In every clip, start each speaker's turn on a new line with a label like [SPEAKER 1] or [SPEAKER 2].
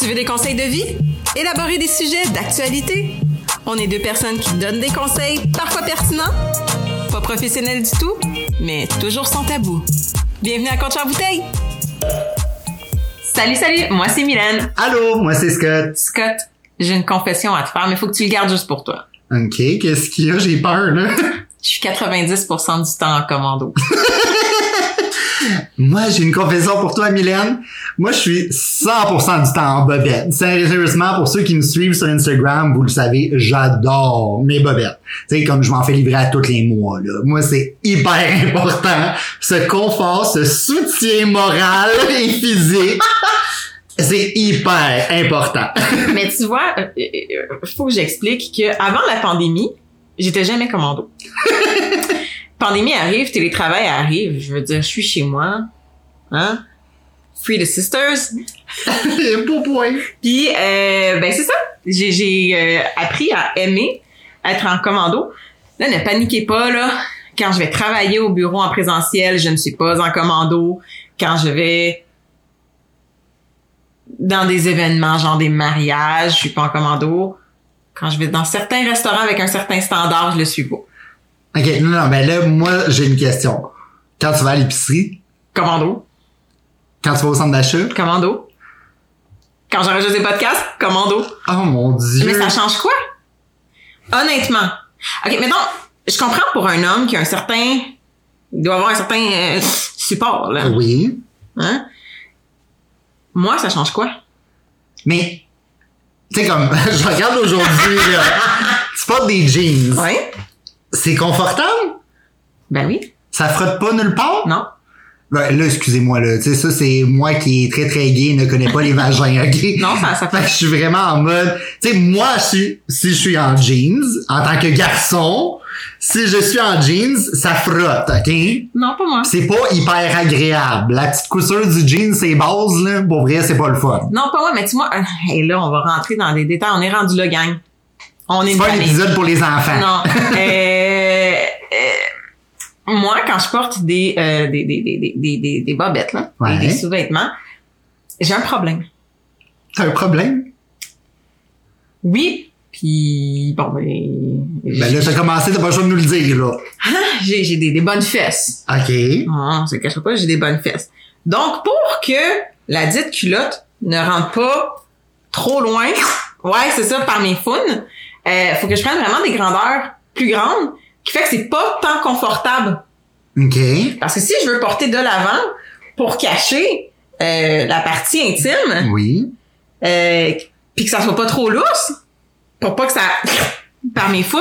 [SPEAKER 1] Tu veux des conseils de vie? Élaborer des sujets d'actualité? On est deux personnes qui donnent des conseils, parfois pertinents, pas professionnels du tout, mais toujours sans tabou. Bienvenue à Contre en bouteille! Salut, salut! Moi, c'est Mylène.
[SPEAKER 2] Allô, moi c'est Scott.
[SPEAKER 1] Scott, j'ai une confession à te faire, mais faut que tu le gardes juste pour toi.
[SPEAKER 2] Ok, qu'est-ce qu'il y a? J'ai peur, là.
[SPEAKER 1] Je suis 90% du temps en commando.
[SPEAKER 2] Moi, j'ai une confession pour toi, Mylène. Moi, je suis 100% du temps en bobette. Sérieusement, pour ceux qui me suivent sur Instagram, vous le savez, j'adore mes bobettes. Tu sais, comme je m'en fais livrer à tous les mois, là. Moi, c'est hyper important. Ce confort, ce soutien moral et physique. C'est hyper important.
[SPEAKER 1] mais tu vois, il faut que j'explique que avant la pandémie, j'étais jamais commando. pandémie arrive, télétravail arrive, je veux dire, je suis chez moi, hein? Free the sisters.
[SPEAKER 2] Pour point.
[SPEAKER 1] Puis, euh, ben c'est ça. J'ai, j'ai, euh, appris à aimer être en commando. Là, ne paniquez pas, là. Quand je vais travailler au bureau en présentiel, je ne suis pas en commando. Quand je vais dans des événements, genre des mariages, je suis pas en commando. Quand je vais dans certains restaurants avec un certain standard, je le suis pas.
[SPEAKER 2] Ok, non, non, mais là, moi, j'ai une question. Quand tu vas à l'épicerie,
[SPEAKER 1] Commando,
[SPEAKER 2] quand tu vas au centre d'achat,
[SPEAKER 1] commando. Quand j'enregistre des podcasts, commando.
[SPEAKER 2] oh mon dieu.
[SPEAKER 1] Mais ça change quoi? Honnêtement. OK, mettons, je comprends pour un homme qui a un certain... Il doit avoir un certain euh, support, là.
[SPEAKER 2] Oui.
[SPEAKER 1] Hein? Moi, ça change quoi?
[SPEAKER 2] Mais, tu sais, comme, je regarde aujourd'hui, là, tu portes des jeans.
[SPEAKER 1] Oui.
[SPEAKER 2] C'est confortable?
[SPEAKER 1] Ben oui.
[SPEAKER 2] Ça frotte pas nulle part?
[SPEAKER 1] Non.
[SPEAKER 2] Ben, là, excusez-moi, là. Tu sais, ça, c'est moi qui est très, très gay, ne connais pas les vagins, OK?
[SPEAKER 1] Non, ça, ça
[SPEAKER 2] Fait que
[SPEAKER 1] fait...
[SPEAKER 2] je suis vraiment en mode, tu sais, moi, je suis, si je suis en jeans, en tant que garçon, si je suis en jeans, ça frotte, OK?
[SPEAKER 1] Non, pas moi.
[SPEAKER 2] C'est pas hyper agréable. La petite couture du jean, c'est base, là. Pour vrai, c'est pas le fun.
[SPEAKER 1] Non, pas moi, mais tu vois... euh, Et là, on va rentrer dans des détails. On est rendu là, gang. On est
[SPEAKER 2] C'est
[SPEAKER 1] une
[SPEAKER 2] pas un
[SPEAKER 1] famille.
[SPEAKER 2] épisode pour les enfants.
[SPEAKER 1] Non. Euh, euh, moi, quand je porte des, euh, des, des, des, des, des, des, des bobettes, là, des-
[SPEAKER 2] Ouais.
[SPEAKER 1] des sous-vêtements, j'ai un problème.
[SPEAKER 2] T'as un problème?
[SPEAKER 1] Oui, puis bon, ben,
[SPEAKER 2] Ben là, t'as commencé, t'as pas le choix de nous le dire, là.
[SPEAKER 1] hein, j'ai j'ai des, des bonnes fesses.
[SPEAKER 2] OK.
[SPEAKER 1] Non, ça ne cache pas, j'ai des bonnes fesses. Donc, pour que la dite culotte ne rentre pas trop loin, ouais, c'est ça, par mes founes, euh, faut que je prenne vraiment des grandeurs plus grandes, qui fait que c'est pas tant confortable.
[SPEAKER 2] OK.
[SPEAKER 1] Parce que si je veux porter de l'avant pour cacher euh, la partie intime,
[SPEAKER 2] Oui.
[SPEAKER 1] euh, puis que ça soit pas trop lousse, pour pas que ça par mes founes,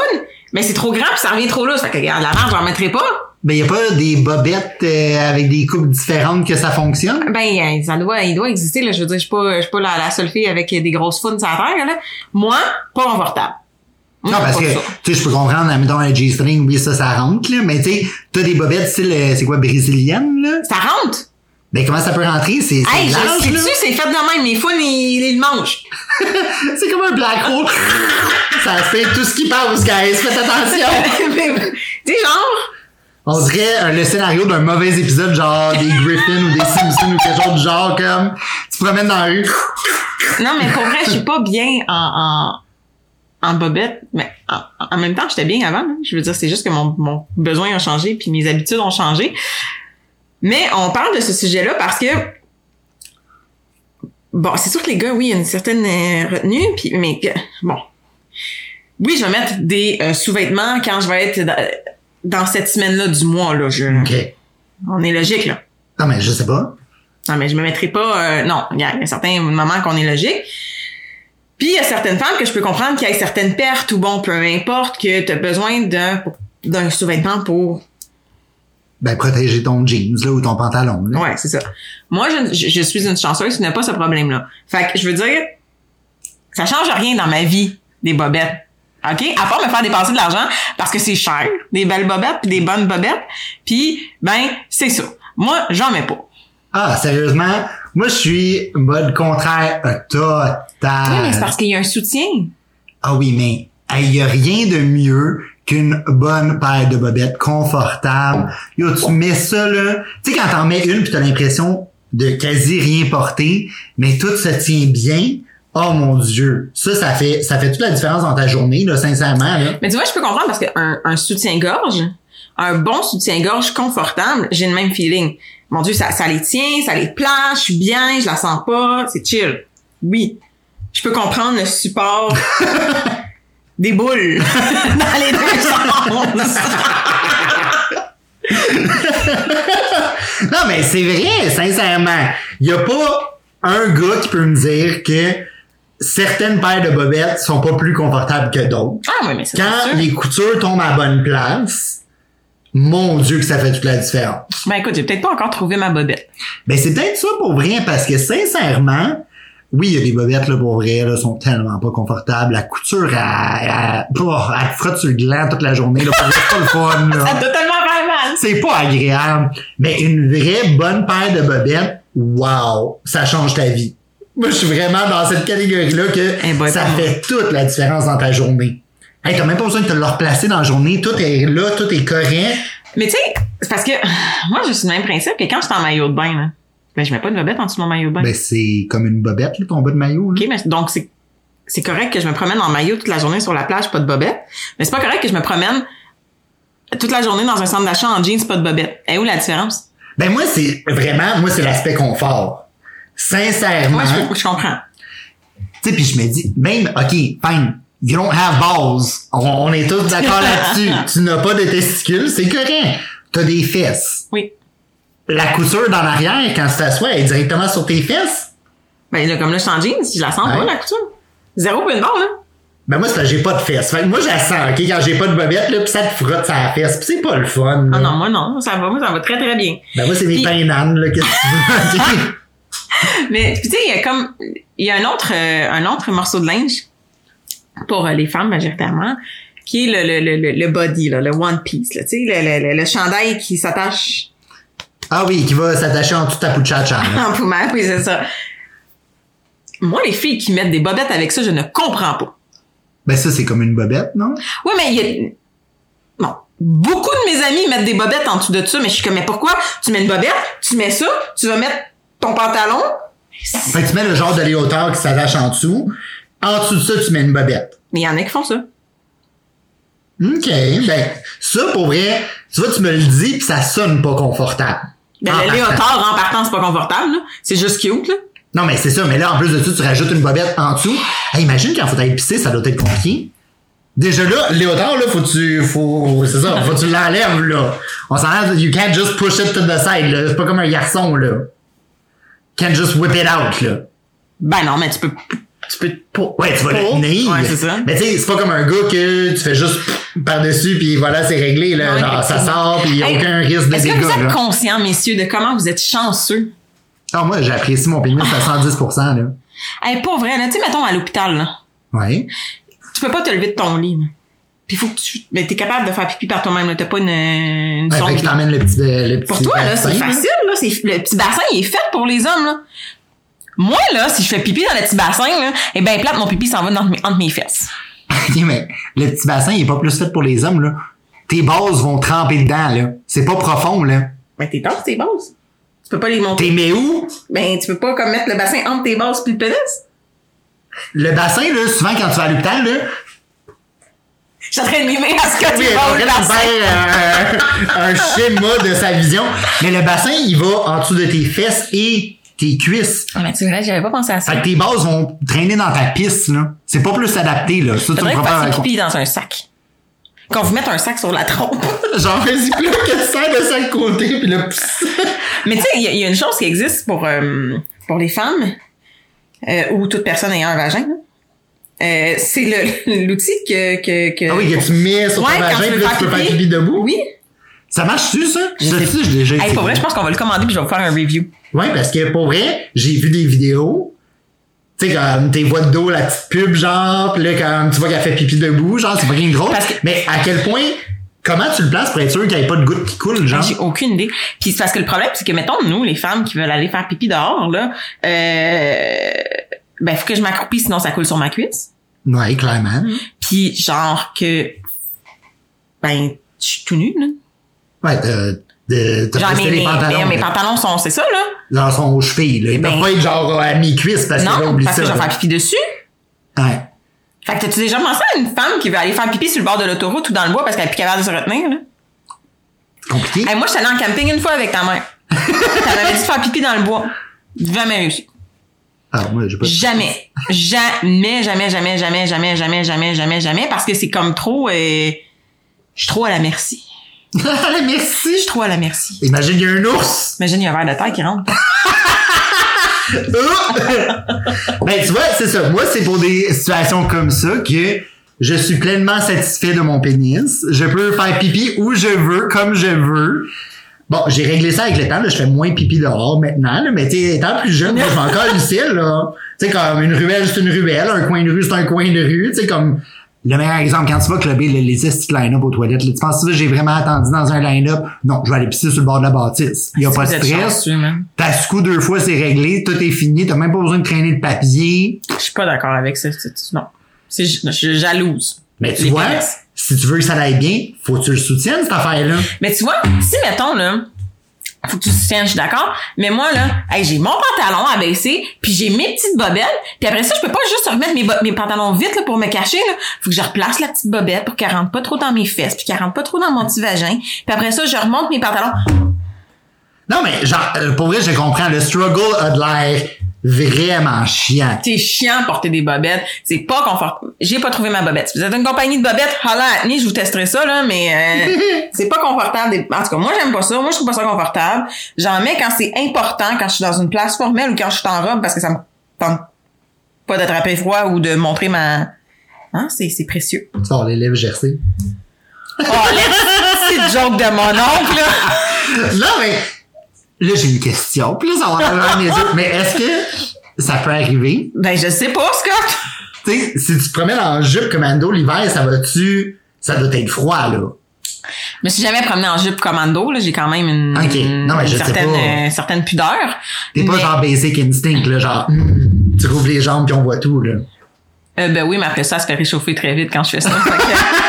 [SPEAKER 1] mais c'est trop grand puis ça revient trop lousse. Fait que regarde, la marge, j'en mettrai pas.
[SPEAKER 2] Ben, y a pas des bobettes euh, avec des coupes différentes que ça fonctionne?
[SPEAKER 1] Ben, euh, ça doit, il doit exister, là. Je veux dire, je suis pas, je suis pas la, la seule fille avec des grosses founes sur la terre, là. Moi, pas confortable. Moi,
[SPEAKER 2] Non, parce
[SPEAKER 1] pas
[SPEAKER 2] que,
[SPEAKER 1] ça.
[SPEAKER 2] tu sais, je peux comprendre, mettons, un G-string, oui, ça, ça rentre, là, mais tu sais, t'as des bobettes style, euh, c'est quoi, brésilienne, là?
[SPEAKER 1] Ça rentre!
[SPEAKER 2] Ben, comment ça peut rentrer? C'est c'est
[SPEAKER 1] Hey,
[SPEAKER 2] large,
[SPEAKER 1] je
[SPEAKER 2] là.
[SPEAKER 1] sais-tu, c'est fait de même. Mes founes, ils, ils le mangent.
[SPEAKER 2] C'est comme un black hole. ça fait tout ce qui passe, guys. Faites attention.
[SPEAKER 1] tu sais, genre,
[SPEAKER 2] On dirait euh, le scénario d'un mauvais épisode, genre des Griffins ou des Simpsons ou quelque chose du genre, comme, tu te promènes dans la rue.
[SPEAKER 1] non, mais pour vrai, je suis pas bien en, en, en bobette. Mais en, en même temps, j'étais bien avant. hein. Je veux dire, c'est juste que mon, mon besoin a changé puis mes habitudes ont changé. Mais on parle de ce sujet-là parce que bon, c'est sûr que les gars, oui, il y a une certaine euh, retenue, puis mais que- bon, oui, je vais mettre des euh, sous-vêtements quand je vais être dans, dans cette semaine-là du mois là. Je,
[SPEAKER 2] OK.
[SPEAKER 1] On est logique là.
[SPEAKER 2] Non, mais je sais pas.
[SPEAKER 1] Non, mais je me mettrai pas. euh, non, il y, a il y a certains moments qu'on est logique. Puis il y a certaines femmes que je peux comprendre qu'il y a certaines pertes ou bon, peu importe, que tu as besoin d'un d'un sous-vêtement pour.
[SPEAKER 2] Ben, protéger ton jeans, là, ou ton pantalon, là.
[SPEAKER 1] Ouais, c'est ça. Moi, je, je- je suis une chanceuse qui n'a pas ce problème-là. Fait que je veux dire, ça change rien dans ma vie des bobettes. OK? À part me faire dépenser de l'argent parce que c'est cher, des belles bobettes, puis des bonnes bobettes. Puis, ben, c'est ça. Moi, j'en mets pas.
[SPEAKER 2] Ah, sérieusement? Moi, je suis mode contraire
[SPEAKER 1] Oui,
[SPEAKER 2] euh,
[SPEAKER 1] mais c'est
[SPEAKER 2] total.
[SPEAKER 1] parce qu'il y a un soutien.
[SPEAKER 2] Ah oui, mais il y a rien de mieux qu'une bonne paire de bobettes confortable. Yo, tu mets ça, là. Tu sais, quand t'en mets une pis t'as l'impression de quasi rien porter, mais tout se tient bien. Oh mon Dieu, ça, ça fait, ça fait toute la différence dans ta journée, là, sincèrement. Là.
[SPEAKER 1] Mais tu vois, je peux comprendre parce qu'un un soutien-gorge, un bon soutien-gorge confortable, j'ai le même feeling. Mon Dieu, ça, ça les tient, ça les place, je suis bien, je la sens pas, c'est chill. Oui. Je peux comprendre le support des boules dans les deux sens.
[SPEAKER 2] Non, mais c'est vrai, sincèrement. Il n'y a pas un gars qui peut me dire que certaines paires de bobettes sont pas plus confortables que d'autres.
[SPEAKER 1] Ah oui, mais c'est
[SPEAKER 2] Quand
[SPEAKER 1] sûr.
[SPEAKER 2] les coutures tombent à la bonne place, mon Dieu que ça fait toute la différence.
[SPEAKER 1] Ben écoute, j'ai peut-être pas encore trouvé ma bobette.
[SPEAKER 2] Ben, c'est peut-être ça pour vrai, parce que sincèrement, oui, il y a des bobettes, là, pour vrai, là, sont tellement pas confortables. La couture, elle, elle, oh, elle te frotte sur le gland toute la journée, là, pour vrai, c'est pas le fun, là.
[SPEAKER 1] Ça doit tellement faire mal.
[SPEAKER 2] C'est pas agréable. Mais une vraie bonne paire de bobettes, wow, ça change ta vie. Moi, je suis vraiment dans cette catégorie-là que
[SPEAKER 1] Eh boy,
[SPEAKER 2] ça
[SPEAKER 1] pardon.
[SPEAKER 2] fait toute la différence dans ta journée. Hey, t'as même pas besoin de te le replacer dans la journée. Tout est là, tout est correct.
[SPEAKER 1] Mais tu sais, c'est parce que moi, je suis du même principe que quand je suis en maillot de bain, là, ben je mets pas de bobette en dessous de mon maillot de bain.
[SPEAKER 2] Ben, c'est comme une bobette, là, ton bas de maillot, là.
[SPEAKER 1] OK, mais donc c'est c'est correct que je me promène en maillot toute la journée sur la plage, pas de bobette. Mais c'est pas correct que je me promène toute la journée dans un centre d'achat en jeans, pas de bobette. Et où la différence?
[SPEAKER 2] Ben, moi, c'est vraiment, moi, c'est l'aspect confort. Sincèrement.
[SPEAKER 1] Moi, je, je comprends.
[SPEAKER 2] Tu sais, puis je me dis, même, OK, fine, you don't have balls. On, on est tous d'accord là-dessus. Tu n'as pas de testicules, c'est correct. T'as des fesses.
[SPEAKER 1] Oui.
[SPEAKER 2] La couture dans l'arrière, quand tu t'assois, elle est directement sur tes fesses.
[SPEAKER 1] Ben là, comme là, je suis en jeans, je la sens
[SPEAKER 2] Ouais.
[SPEAKER 1] pas, la couture. Zéro pour une barre, là.
[SPEAKER 2] Ben moi, c'est parce que j'ai pas de fesses. Fait que moi, je la sens, OK, quand j'ai pas de bobette, là, pis ça te frotte sa fesse. Pis c'est pas le fun. là.
[SPEAKER 1] Ah non, moi non, ça va, moi, ça va très très bien.
[SPEAKER 2] Ben moi, c'est mes
[SPEAKER 1] Puis-
[SPEAKER 2] pains d'âne, là, qu'est-ce que tu veux. OK.
[SPEAKER 1] Mais puis tu sais, il y a comme il y a un autre euh, un autre morceau de linge pour euh, les femmes majoritairement qui est le le le, le, le body là, le one piece là, tu sais le, le, le, le chandail qui s'attache
[SPEAKER 2] Ah oui, qui va s'attacher en dessous de ta pouchacha. là.
[SPEAKER 1] en poumelle, puis c'est ça. Moi les filles qui mettent des bobettes avec ça, je ne comprends pas.
[SPEAKER 2] ben ça, c'est comme une bobette, non?
[SPEAKER 1] Ouais, mais il y a bon, beaucoup de mes amis mettent des bobettes en dessous de ça, mais je suis comme mais pourquoi tu mets une bobette, tu mets ça, tu vas mettre ton pantalon
[SPEAKER 2] Fait que tu mets le genre de léotard qui s'attache en dessous. En dessous de ça, tu mets une bobette.
[SPEAKER 1] mais il y en a qui font ça.
[SPEAKER 2] OK. Ben, ça, pour vrai, tu vois, tu me le dis, puis ça sonne pas confortable. Ah,
[SPEAKER 1] Ben,
[SPEAKER 2] En
[SPEAKER 1] le
[SPEAKER 2] partant.
[SPEAKER 1] léotard en partant, c'est pas confortable, là. c'est juste cute là.
[SPEAKER 2] Non, mais c'est ça. Mais là, en plus de ça, tu rajoutes une bobette en dessous. Hey, imagine quand faut aller pisser, ça doit être compliqué. Déjà là, Léotard, là, faut que tu, faut, c'est ça, faut que tu l'enlèves, là. On s'enlève, you can't just push it to the side, là. C'est pas comme un garçon, là. Can't just whip it out, là.
[SPEAKER 1] Ben non, mais tu peux. Tu peux. Pour,
[SPEAKER 2] Ouais, tu vas
[SPEAKER 1] pour-
[SPEAKER 2] le tenir.
[SPEAKER 1] Ouais, c'est ça.
[SPEAKER 2] Mais tu sais, c'est pas comme un gars que tu fais juste par-dessus, puis voilà, c'est réglé, là.
[SPEAKER 1] Non,
[SPEAKER 2] Genre, ça
[SPEAKER 1] effectivement.
[SPEAKER 2] sort, puis y a
[SPEAKER 1] Hey,
[SPEAKER 2] aucun risque de
[SPEAKER 1] Est-ce
[SPEAKER 2] dégâts,
[SPEAKER 1] que vous êtes
[SPEAKER 2] là.
[SPEAKER 1] conscient, messieurs, de comment vous êtes chanceux?
[SPEAKER 2] Ah, moi, j'apprécie mon pénis à 110 là.
[SPEAKER 1] Hey, pas vrai, là. Tu sais, mettons à l'hôpital, là.
[SPEAKER 2] Ouais.
[SPEAKER 1] Tu peux pas te lever de ton lit, là. Puis faut que tu. Mais t'es capable de faire pipi par toi-même, là. T'as pas une, une
[SPEAKER 2] ouais
[SPEAKER 1] sonde.
[SPEAKER 2] fait que t'emmènes le petit, euh, le petit.
[SPEAKER 1] Pour toi, là, c'est
[SPEAKER 2] bassin,
[SPEAKER 1] facile, là. C'est- Le petit bassin, il est fait pour les hommes, là. Moi, là, si je fais pipi dans le petit bassin, là, eh ben, plate, mon pipi s'en va dans mes- entre mes fesses.
[SPEAKER 2] OK, mais le petit bassin, il est pas plus fait pour les hommes, là. Tes bases vont tremper dedans, là. C'est pas profond, là.
[SPEAKER 1] Ben, t'es entre tes bases. Tu peux pas les monter.
[SPEAKER 2] T'es mais où?
[SPEAKER 1] Ben, tu peux pas comme mettre le bassin entre tes bases puis le pénis.
[SPEAKER 2] Le bassin, là, souvent, quand tu vas à l'hôpital, là.
[SPEAKER 1] Je suis en train de mimer à ce que tu
[SPEAKER 2] Oui,
[SPEAKER 1] vas
[SPEAKER 2] on
[SPEAKER 1] au
[SPEAKER 2] vient de
[SPEAKER 1] bassin.
[SPEAKER 2] faire euh, un schéma de sa vision. Mais le bassin, il va en dessous de tes fesses et tes cuisses.
[SPEAKER 1] Ah, mais tu vois, j'avais pas pensé à ça.
[SPEAKER 2] Fait que tes bases vont traîner dans ta pisse, là. C'est pas plus adapté, là. Ça, tu me
[SPEAKER 1] Faudrait que vous
[SPEAKER 2] feras pas
[SPEAKER 1] fassiez
[SPEAKER 2] raconter.
[SPEAKER 1] pipi dans un sac. Qu'on vous mette un sac sur la trompe.
[SPEAKER 2] Genre, vas-y, plus que ça de chaque côté, puis là, pss.
[SPEAKER 1] Mais tu sais, il y, a- il y a une chose qui existe pour, euh, pour les femmes, euh, ou toute personne ayant un vagin, là. Euh, c'est le- l'outil que, que, que...
[SPEAKER 2] Ah oui, que tu mets sur
[SPEAKER 1] Ouais,
[SPEAKER 2] ton
[SPEAKER 1] quand
[SPEAKER 2] vagin,
[SPEAKER 1] tu veux
[SPEAKER 2] puis là,
[SPEAKER 1] faire
[SPEAKER 2] tu peux faire
[SPEAKER 1] pipi.
[SPEAKER 2] pipi debout.
[SPEAKER 1] Oui.
[SPEAKER 2] Ça marche-tu, ça? Je
[SPEAKER 1] sais
[SPEAKER 2] sais je l'ai déjà
[SPEAKER 1] Hey,
[SPEAKER 2] essayé.
[SPEAKER 1] pour vrai, je pense qu'on va le commander puis je vais vous faire un review.
[SPEAKER 2] Ouais, parce que pour vrai, j'ai vu des vidéos. Tu sais, comme tes voix de dos, la petite pub, genre, pis là, comme tu vois qu'elle fait pipi debout, genre, c'est pas rien de gros.
[SPEAKER 1] Parce que-
[SPEAKER 2] Mais à quel point, comment tu le places pour être sûr qu'il n'y ait pas de goutte qui coule, genre?
[SPEAKER 1] J'ai aucune idée. Puis c'est parce que le problème, c'est que mettons nous, les femmes qui veulent aller faire pipi dehors, là, euh, ben faut que je m'accroupisse sinon ça coule sur ma cuisse.
[SPEAKER 2] Ouais, clairement.
[SPEAKER 1] Hmm. Puis genre que ben je suis tout nue là.
[SPEAKER 2] Ouais, t'as, t'as, t'as
[SPEAKER 1] Genre
[SPEAKER 2] posté
[SPEAKER 1] mes,
[SPEAKER 2] les
[SPEAKER 1] mes,
[SPEAKER 2] pantalons.
[SPEAKER 1] mes
[SPEAKER 2] là.
[SPEAKER 1] pantalons sont c'est ça là.
[SPEAKER 2] genre sont aux chevilles. Là. Ils
[SPEAKER 1] Ben-
[SPEAKER 2] peuvent pas être genre à mi-cuisse parce que là,
[SPEAKER 1] Non,
[SPEAKER 2] oublie
[SPEAKER 1] parce
[SPEAKER 2] ça.
[SPEAKER 1] que je vais
[SPEAKER 2] là.
[SPEAKER 1] faire pipi dessus.
[SPEAKER 2] Ouais.
[SPEAKER 1] Fait que t'as-tu déjà pensé à une femme qui veut aller faire pipi sur le bord de l'autoroute ou dans le bois parce qu'elle est plus capable de se retenir, là?
[SPEAKER 2] Compliqué.
[SPEAKER 1] Hey, moi, j'étais allée en camping une fois avec ta mère. Elle m'avait dit de faire pipi dans le bois. Jamais réussi.
[SPEAKER 2] Ah, moi, j'ai pas.
[SPEAKER 1] Jamais. Jamais, jamais, jamais, jamais, jamais, jamais, jamais, jamais, jamais, parce que c'est comme trop, euh, je suis trop à la merci.
[SPEAKER 2] Allez, merci.
[SPEAKER 1] Je suis trop à la merci.
[SPEAKER 2] Imagine, il y a un ours.
[SPEAKER 1] Imagine, il y a un verre de terre qui rentre.
[SPEAKER 2] ben, tu vois, c'est ça. Moi, c'est pour des situations comme ça que je suis pleinement satisfait de mon pénis. Je peux faire pipi où je veux, comme je veux. Bon, j'ai réglé ça avec le temps. Là. Je fais moins pipi dehors maintenant. là. Mais tu sais, étant plus jeune, moi, je m'en colle ici. là. Tu sais, comme une ruelle, c'est une ruelle. Un coin de rue, c'est un coin de rue. Tu sais, comme... Le meilleur exemple, quand tu vas clubber les, les petits line-up aux toilettes, là, tu penses que j'ai vraiment attendu dans un line-up? Non, je vais aller pisser sur le bord de la bâtisse. Il n'y a pas de
[SPEAKER 1] Vous êtes
[SPEAKER 2] stress.
[SPEAKER 1] chanceux, man.
[SPEAKER 2] T'as ce coup deux fois, c'est réglé, tout est fini, t'as même pas besoin de traîner de papier.
[SPEAKER 1] Je suis pas d'accord avec ça. c'est- c'est- Non. C'est, je suis jalouse.
[SPEAKER 2] Mais tu
[SPEAKER 1] Les
[SPEAKER 2] vois,
[SPEAKER 1] pénis.
[SPEAKER 2] si tu veux que ça aille bien, faut que tu le soutiennes, cette affaire-là.
[SPEAKER 1] Mais tu vois, si mettons là, faut que tu soutiennes, je suis d'accord. Mais moi là, hey, j'ai mon pantalon à baisser, puis j'ai mes petites bobettes, puis après ça, je peux pas juste remettre mes, bo- mes pantalons vite là, pour me cacher. Là. Faut que je replace la petite bobette pour qu'elle rentre pas trop dans mes fesses, puis qu'elle rentre pas trop dans mon petit vagin. Puis après ça, je remonte mes pantalons.
[SPEAKER 2] Non, mais genre, euh, pour vrai, je comprends, le struggle a de l'air vraiment chiant.
[SPEAKER 1] C'est chiant de porter des bobettes, c'est pas confortable. J'ai pas trouvé ma bobette. Si vous êtes une compagnie de bobettes, holla at me, je vous testerai ça là, mais euh, c'est pas confortable. des- En tout cas, moi j'aime pas ça. Moi je trouve pas ça confortable. J'en mets quand c'est important, quand je suis dans une place formelle ou quand je suis en robe parce que ça me tente pas d'attraper froid ou de montrer ma Hein, c'est c'est précieux.
[SPEAKER 2] tu sors les lèvres gercées.
[SPEAKER 1] Oh, la petite joke de mon oncle. là.
[SPEAKER 2] Non, mais là, j'ai une question. Puis là, ça va avoir mes yeux. Mais est-ce que ça peut arriver?
[SPEAKER 1] Ben je sais pas, Scott.
[SPEAKER 2] Tu sais, si tu te promènes en jupe commando l'hiver, ça va-tu... Ça doit être froid, là.
[SPEAKER 1] Je me suis jamais promenée en jupe commando, là, j'ai quand même une,
[SPEAKER 2] Ok. Non, mais
[SPEAKER 1] une
[SPEAKER 2] je sais
[SPEAKER 1] certaine,
[SPEAKER 2] pas.
[SPEAKER 1] euh, certaine pudeur.
[SPEAKER 2] T'es pas
[SPEAKER 1] Mais-
[SPEAKER 2] genre basic instinct, là, genre... hmm, tu rouvres les jambes puis on voit tout, là.
[SPEAKER 1] Euh, ben oui, mais après ça, elle se fait réchauffer très vite quand je fais ça. Fait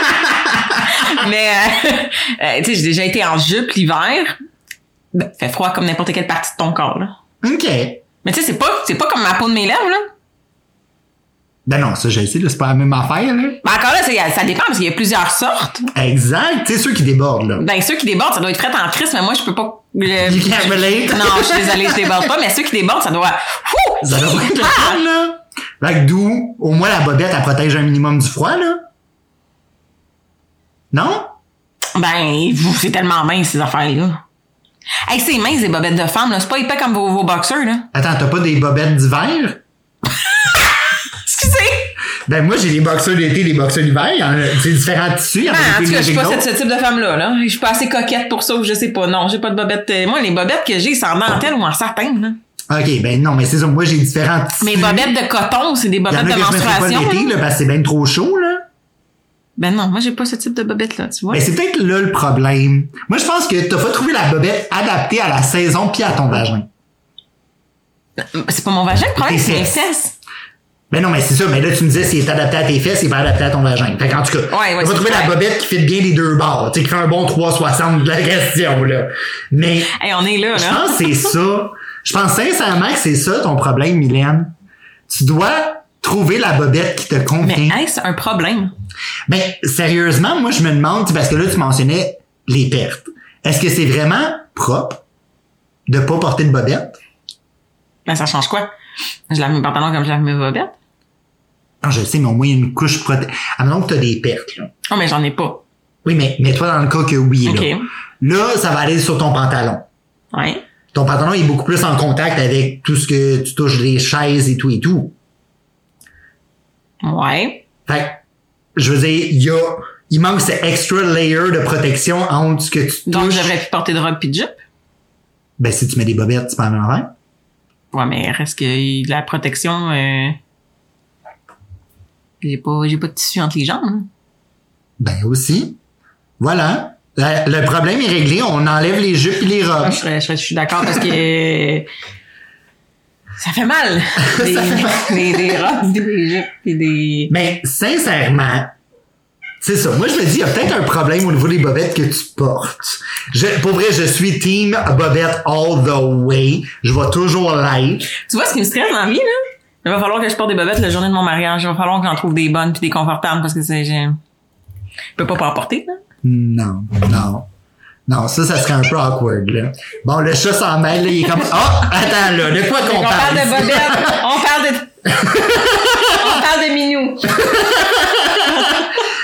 [SPEAKER 1] que- mais, euh, euh, tu sais, j'ai déjà été en jupe l'hiver. Ben, fait froid comme n'importe quelle partie de ton corps, là.
[SPEAKER 2] OK.
[SPEAKER 1] Mais tu sais, c'est pas, c'est pas comme ma peau de mes lèvres, là.
[SPEAKER 2] Ben non, ça, je le sais, là, c'est pas la même affaire, là.
[SPEAKER 1] Ben encore là, c'est- ça dépend parce qu'il y a plusieurs sortes.
[SPEAKER 2] Exact. Tu sais, ceux qui débordent, là.
[SPEAKER 1] Ben, ceux qui débordent, ça doit être fret en crise, mais moi, je peux pas... euh, le-
[SPEAKER 2] You can't relate.
[SPEAKER 1] Non, je suis désolée, je déborde pas, mais ceux qui débordent, ça doit... Ouh!
[SPEAKER 2] Ça doit pas être le
[SPEAKER 1] Ah!
[SPEAKER 2] fun, là. Fait que d'où, au moins, la bobette, elle protège un minimum du froid, là. Non?
[SPEAKER 1] Ben, vous, c'est tellement mince, ces affaires-là. Hey, c'est mince, des bobettes de femmes, là. C'est pas épais comme vos, vos boxeurs, là.
[SPEAKER 2] Attends, t'as pas des bobettes d'hiver?
[SPEAKER 1] Excusez!
[SPEAKER 2] Ben moi, j'ai des boxeurs d'été, des boxeurs d'hiver. Il y en a- C'est différents tissus. Il y en a
[SPEAKER 1] Ah, en
[SPEAKER 2] des
[SPEAKER 1] tout
[SPEAKER 2] plus
[SPEAKER 1] cas, je suis
[SPEAKER 2] légers
[SPEAKER 1] pas
[SPEAKER 2] que
[SPEAKER 1] cette-
[SPEAKER 2] d'autres.
[SPEAKER 1] ce type de femme-là. Là. Je suis pas assez coquette pour ça ou je sais pas. Non, j'ai pas de bobettes. euh, Moi, les bobettes que j'ai, c'est en dentelle ou en satin. Là.
[SPEAKER 2] OK, ben non, mais c'est ça. Moi, j'ai différents tissus.
[SPEAKER 1] Mes bobettes de coton, c'est des
[SPEAKER 2] Il y en
[SPEAKER 1] bobettes
[SPEAKER 2] a
[SPEAKER 1] de
[SPEAKER 2] que je mettrai pas
[SPEAKER 1] menstruation.
[SPEAKER 2] l'été,
[SPEAKER 1] là.
[SPEAKER 2] là, parce que c'est bien trop chaud, là.
[SPEAKER 1] Ben non, moi, j'ai pas ce type de bobette-là, tu vois.
[SPEAKER 2] Mais c'est peut-être là le problème. Moi, je pense que t'as pas trouvé la bobette adaptée à la saison puis à ton vagin.
[SPEAKER 1] C'est pas mon vagin le problème,
[SPEAKER 2] Tes
[SPEAKER 1] c'est mes
[SPEAKER 2] fesses.
[SPEAKER 1] fesses.
[SPEAKER 2] Ben non, mais c'est ça. Mais là, tu me disais, s'il est adapté à tes fesses, il est pas adapté à ton vagin. Fait qu'en tout cas,
[SPEAKER 1] Ouais, ouais,
[SPEAKER 2] on va
[SPEAKER 1] c'est
[SPEAKER 2] trouver
[SPEAKER 1] clair.
[SPEAKER 2] la bobette qui fait bien les deux bords. Tu sais, qui fait un bon 360 de la question, là. Mais
[SPEAKER 1] Hey, on est là,
[SPEAKER 2] je
[SPEAKER 1] là.
[SPEAKER 2] pense que c'est ça. Je pense sincèrement que c'est ça ton problème, Mylène. Tu dois trouver la bobette qui te
[SPEAKER 1] Mais hein?
[SPEAKER 2] convient.
[SPEAKER 1] hey, c'est un problème?
[SPEAKER 2] Mais sérieusement, moi, je me demande, tu sais, parce que là, tu mentionnais les pertes. Est-ce que c'est vraiment propre de pas porter de bobette?
[SPEAKER 1] Ben, ça change quoi? Je lave mes pantalons comme je lave mes bobettes.
[SPEAKER 2] Non, Ah, je le sais, mais au moins, il y a une couche proté... Ah, mais donc, t'as des pertes, là.
[SPEAKER 1] Oh, mais j'en ai pas.
[SPEAKER 2] Oui, mais mets-toi dans le cas que oui, là.
[SPEAKER 1] OK.
[SPEAKER 2] Là, ça va aller sur ton pantalon.
[SPEAKER 1] Ouais.
[SPEAKER 2] Ton pantalon est beaucoup plus en contact avec tout ce que tu touches, les chaises et tout et tout.
[SPEAKER 1] Ouais.
[SPEAKER 2] Fait que, je veux dire, il y a, il manque ce extra layer de protection entre ce que tu
[SPEAKER 1] Donc,
[SPEAKER 2] touches.
[SPEAKER 1] je devrais plus porter de robe pis de jupe.
[SPEAKER 2] Ben, si tu mets des bobettes, c'est pas la même affaire.
[SPEAKER 1] Ouais, mais reste que y- la protection, euh... j'ai pas, j'ai pas de tissu entre les jambes. hein.
[SPEAKER 2] Ben, aussi. Voilà. La- le problème est réglé. On enlève les jupes et les robes.
[SPEAKER 1] Je, serais- je serais- je suis d'accord parce que euh, ça fait mal. Des, des, des robes, des jupes et des.
[SPEAKER 2] Mais, sincèrement, C'est ça. Moi, je me dis, il y a peut-être un problème au niveau des bobettes que tu portes. Je, pour vrai, je suis team bobette all the way. Je vais toujours l'être.
[SPEAKER 1] Tu vois ce qui me stresse dans la vie, là? Il va falloir que je porte des bobettes la journée de mon mariage. Il va falloir que j'en trouve des bonnes puis des confortables parce que c'est, j'ai- je peux pas pas en porter, là.
[SPEAKER 2] Non, non. Non, ça, ça serait un peu awkward, là. Bon, le chat s'en mêle, là, il est comme, oh, attends, là, de quoi qu'on
[SPEAKER 1] On
[SPEAKER 2] parle?
[SPEAKER 1] parle de
[SPEAKER 2] ici?
[SPEAKER 1] bobettes. On parle de, on parle de minou.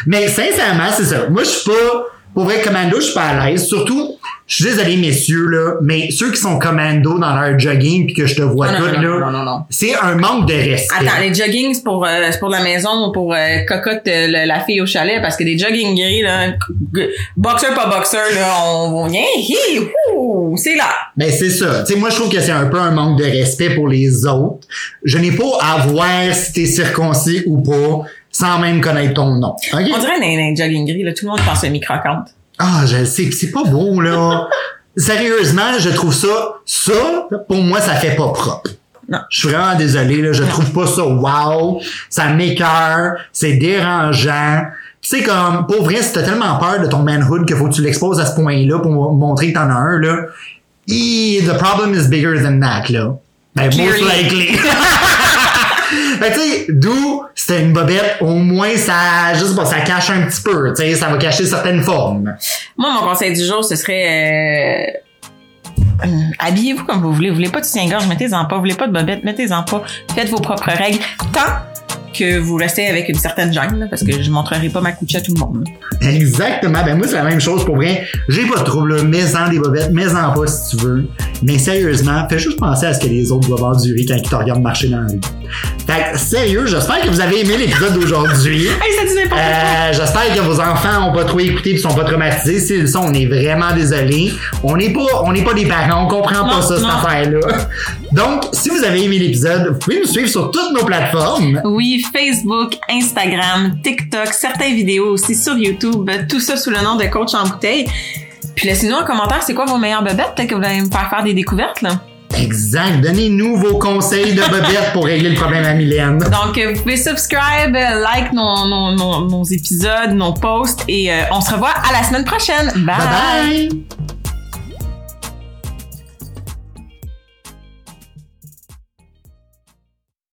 [SPEAKER 2] Mais sincèrement, c'est ça. Moi, je suis pas, pour vrai, commando, je suis pas à l'aise. Surtout, je suis désolé, messieurs, là, mais ceux qui sont commando dans leur jogging puis que je te vois
[SPEAKER 1] Non,
[SPEAKER 2] tout,
[SPEAKER 1] non,
[SPEAKER 2] là,
[SPEAKER 1] non, non, non, non.
[SPEAKER 2] c'est un manque de respect.
[SPEAKER 1] Attends, les joggings, c'est pour, euh, c'est pour la maison ou pour euh, cocotte euh, le- la fille au chalet parce que des joggings gris, là, g- boxer pas boxer, là, on, on vient, hi, ouh, c'est là.
[SPEAKER 2] Ben, c'est ça. Tu sais, moi, je trouve que c'est un peu un manque de respect pour les autres. Je n'ai pas à voir si t'es circoncis ou pas, sans même connaître ton nom. OK?
[SPEAKER 1] On dirait un, un jogging gris, là, tout le monde pense semi-croquante.
[SPEAKER 2] Ah, je le sais, pis c'est pas beau, là. Sérieusement, je trouve ça, ça, pour moi, ça fait pas propre.
[SPEAKER 1] Non.
[SPEAKER 2] Je suis vraiment désolé, là. Je trouve pas ça wow. Ça m'écœure. C'est dérangeant. Pis C'est comme, pour vrai, si t'as tellement peur de ton manhood que faut que tu l'exposes à ce point-là pour mo- montrer que t'en as un, là. Hi, the problem is bigger than that, là. Ben,
[SPEAKER 1] Clearly.
[SPEAKER 2] most likely. Ben, tu sais, d'où c'était une bobette, au moins ça, je sais pas, ça cache un petit peu, tu sais, ça va cacher certaines formes.
[SPEAKER 1] Moi, mon conseil du jour, ce serait euh, euh, habillez-vous comme vous voulez. Vous voulez pas de soutien-gorge, mettez-en pas. Vous voulez pas de bobette, mettez-en pas. Faites vos propres règles tant que vous restez avec une certaine gêne, là, parce que je montrerai pas ma couche à tout le monde.
[SPEAKER 2] Exactement. Ben moi, c'est la même chose pour vrai. J'ai pas de trouble. là. Mets-en des bobettes, mets-en pas si tu veux. Mais sérieusement, fais juste penser à ce que les autres doivent endurer quand ils te regardent marcher dans la rue. Fait que, sérieux, j'espère que vous avez aimé l'épisode d'aujourd'hui.
[SPEAKER 1] Hey, ça dit n'importe quoi!
[SPEAKER 2] Euh, J'espère que vos enfants ont pas trop écouté et sont pas traumatisés. S'ils le sont, on est vraiment désolé. On n'est pas, on n'est pas des parents, on comprend
[SPEAKER 1] Non,
[SPEAKER 2] pas ça, cette
[SPEAKER 1] non.
[SPEAKER 2] affaire-là. Donc, si vous avez aimé l'épisode, vous pouvez nous suivre sur toutes nos plateformes.
[SPEAKER 1] Oui, Facebook, Instagram, TikTok, certaines vidéos aussi sur YouTube, tout ça sous le nom de Coach en bouteille. Puis laissez-nous en commentaire, c'est quoi vos meilleures bobettes? Peut-être que vous allez me faire faire des découvertes, là.
[SPEAKER 2] Exact. Donnez-nous vos conseils de bobettes pour régler le problème à Mylène.
[SPEAKER 1] Donc, euh, vous pouvez subscribe, euh, like nos, nos, nos, nos épisodes, nos posts et euh, on se revoit à la semaine prochaine.
[SPEAKER 2] Bye bye.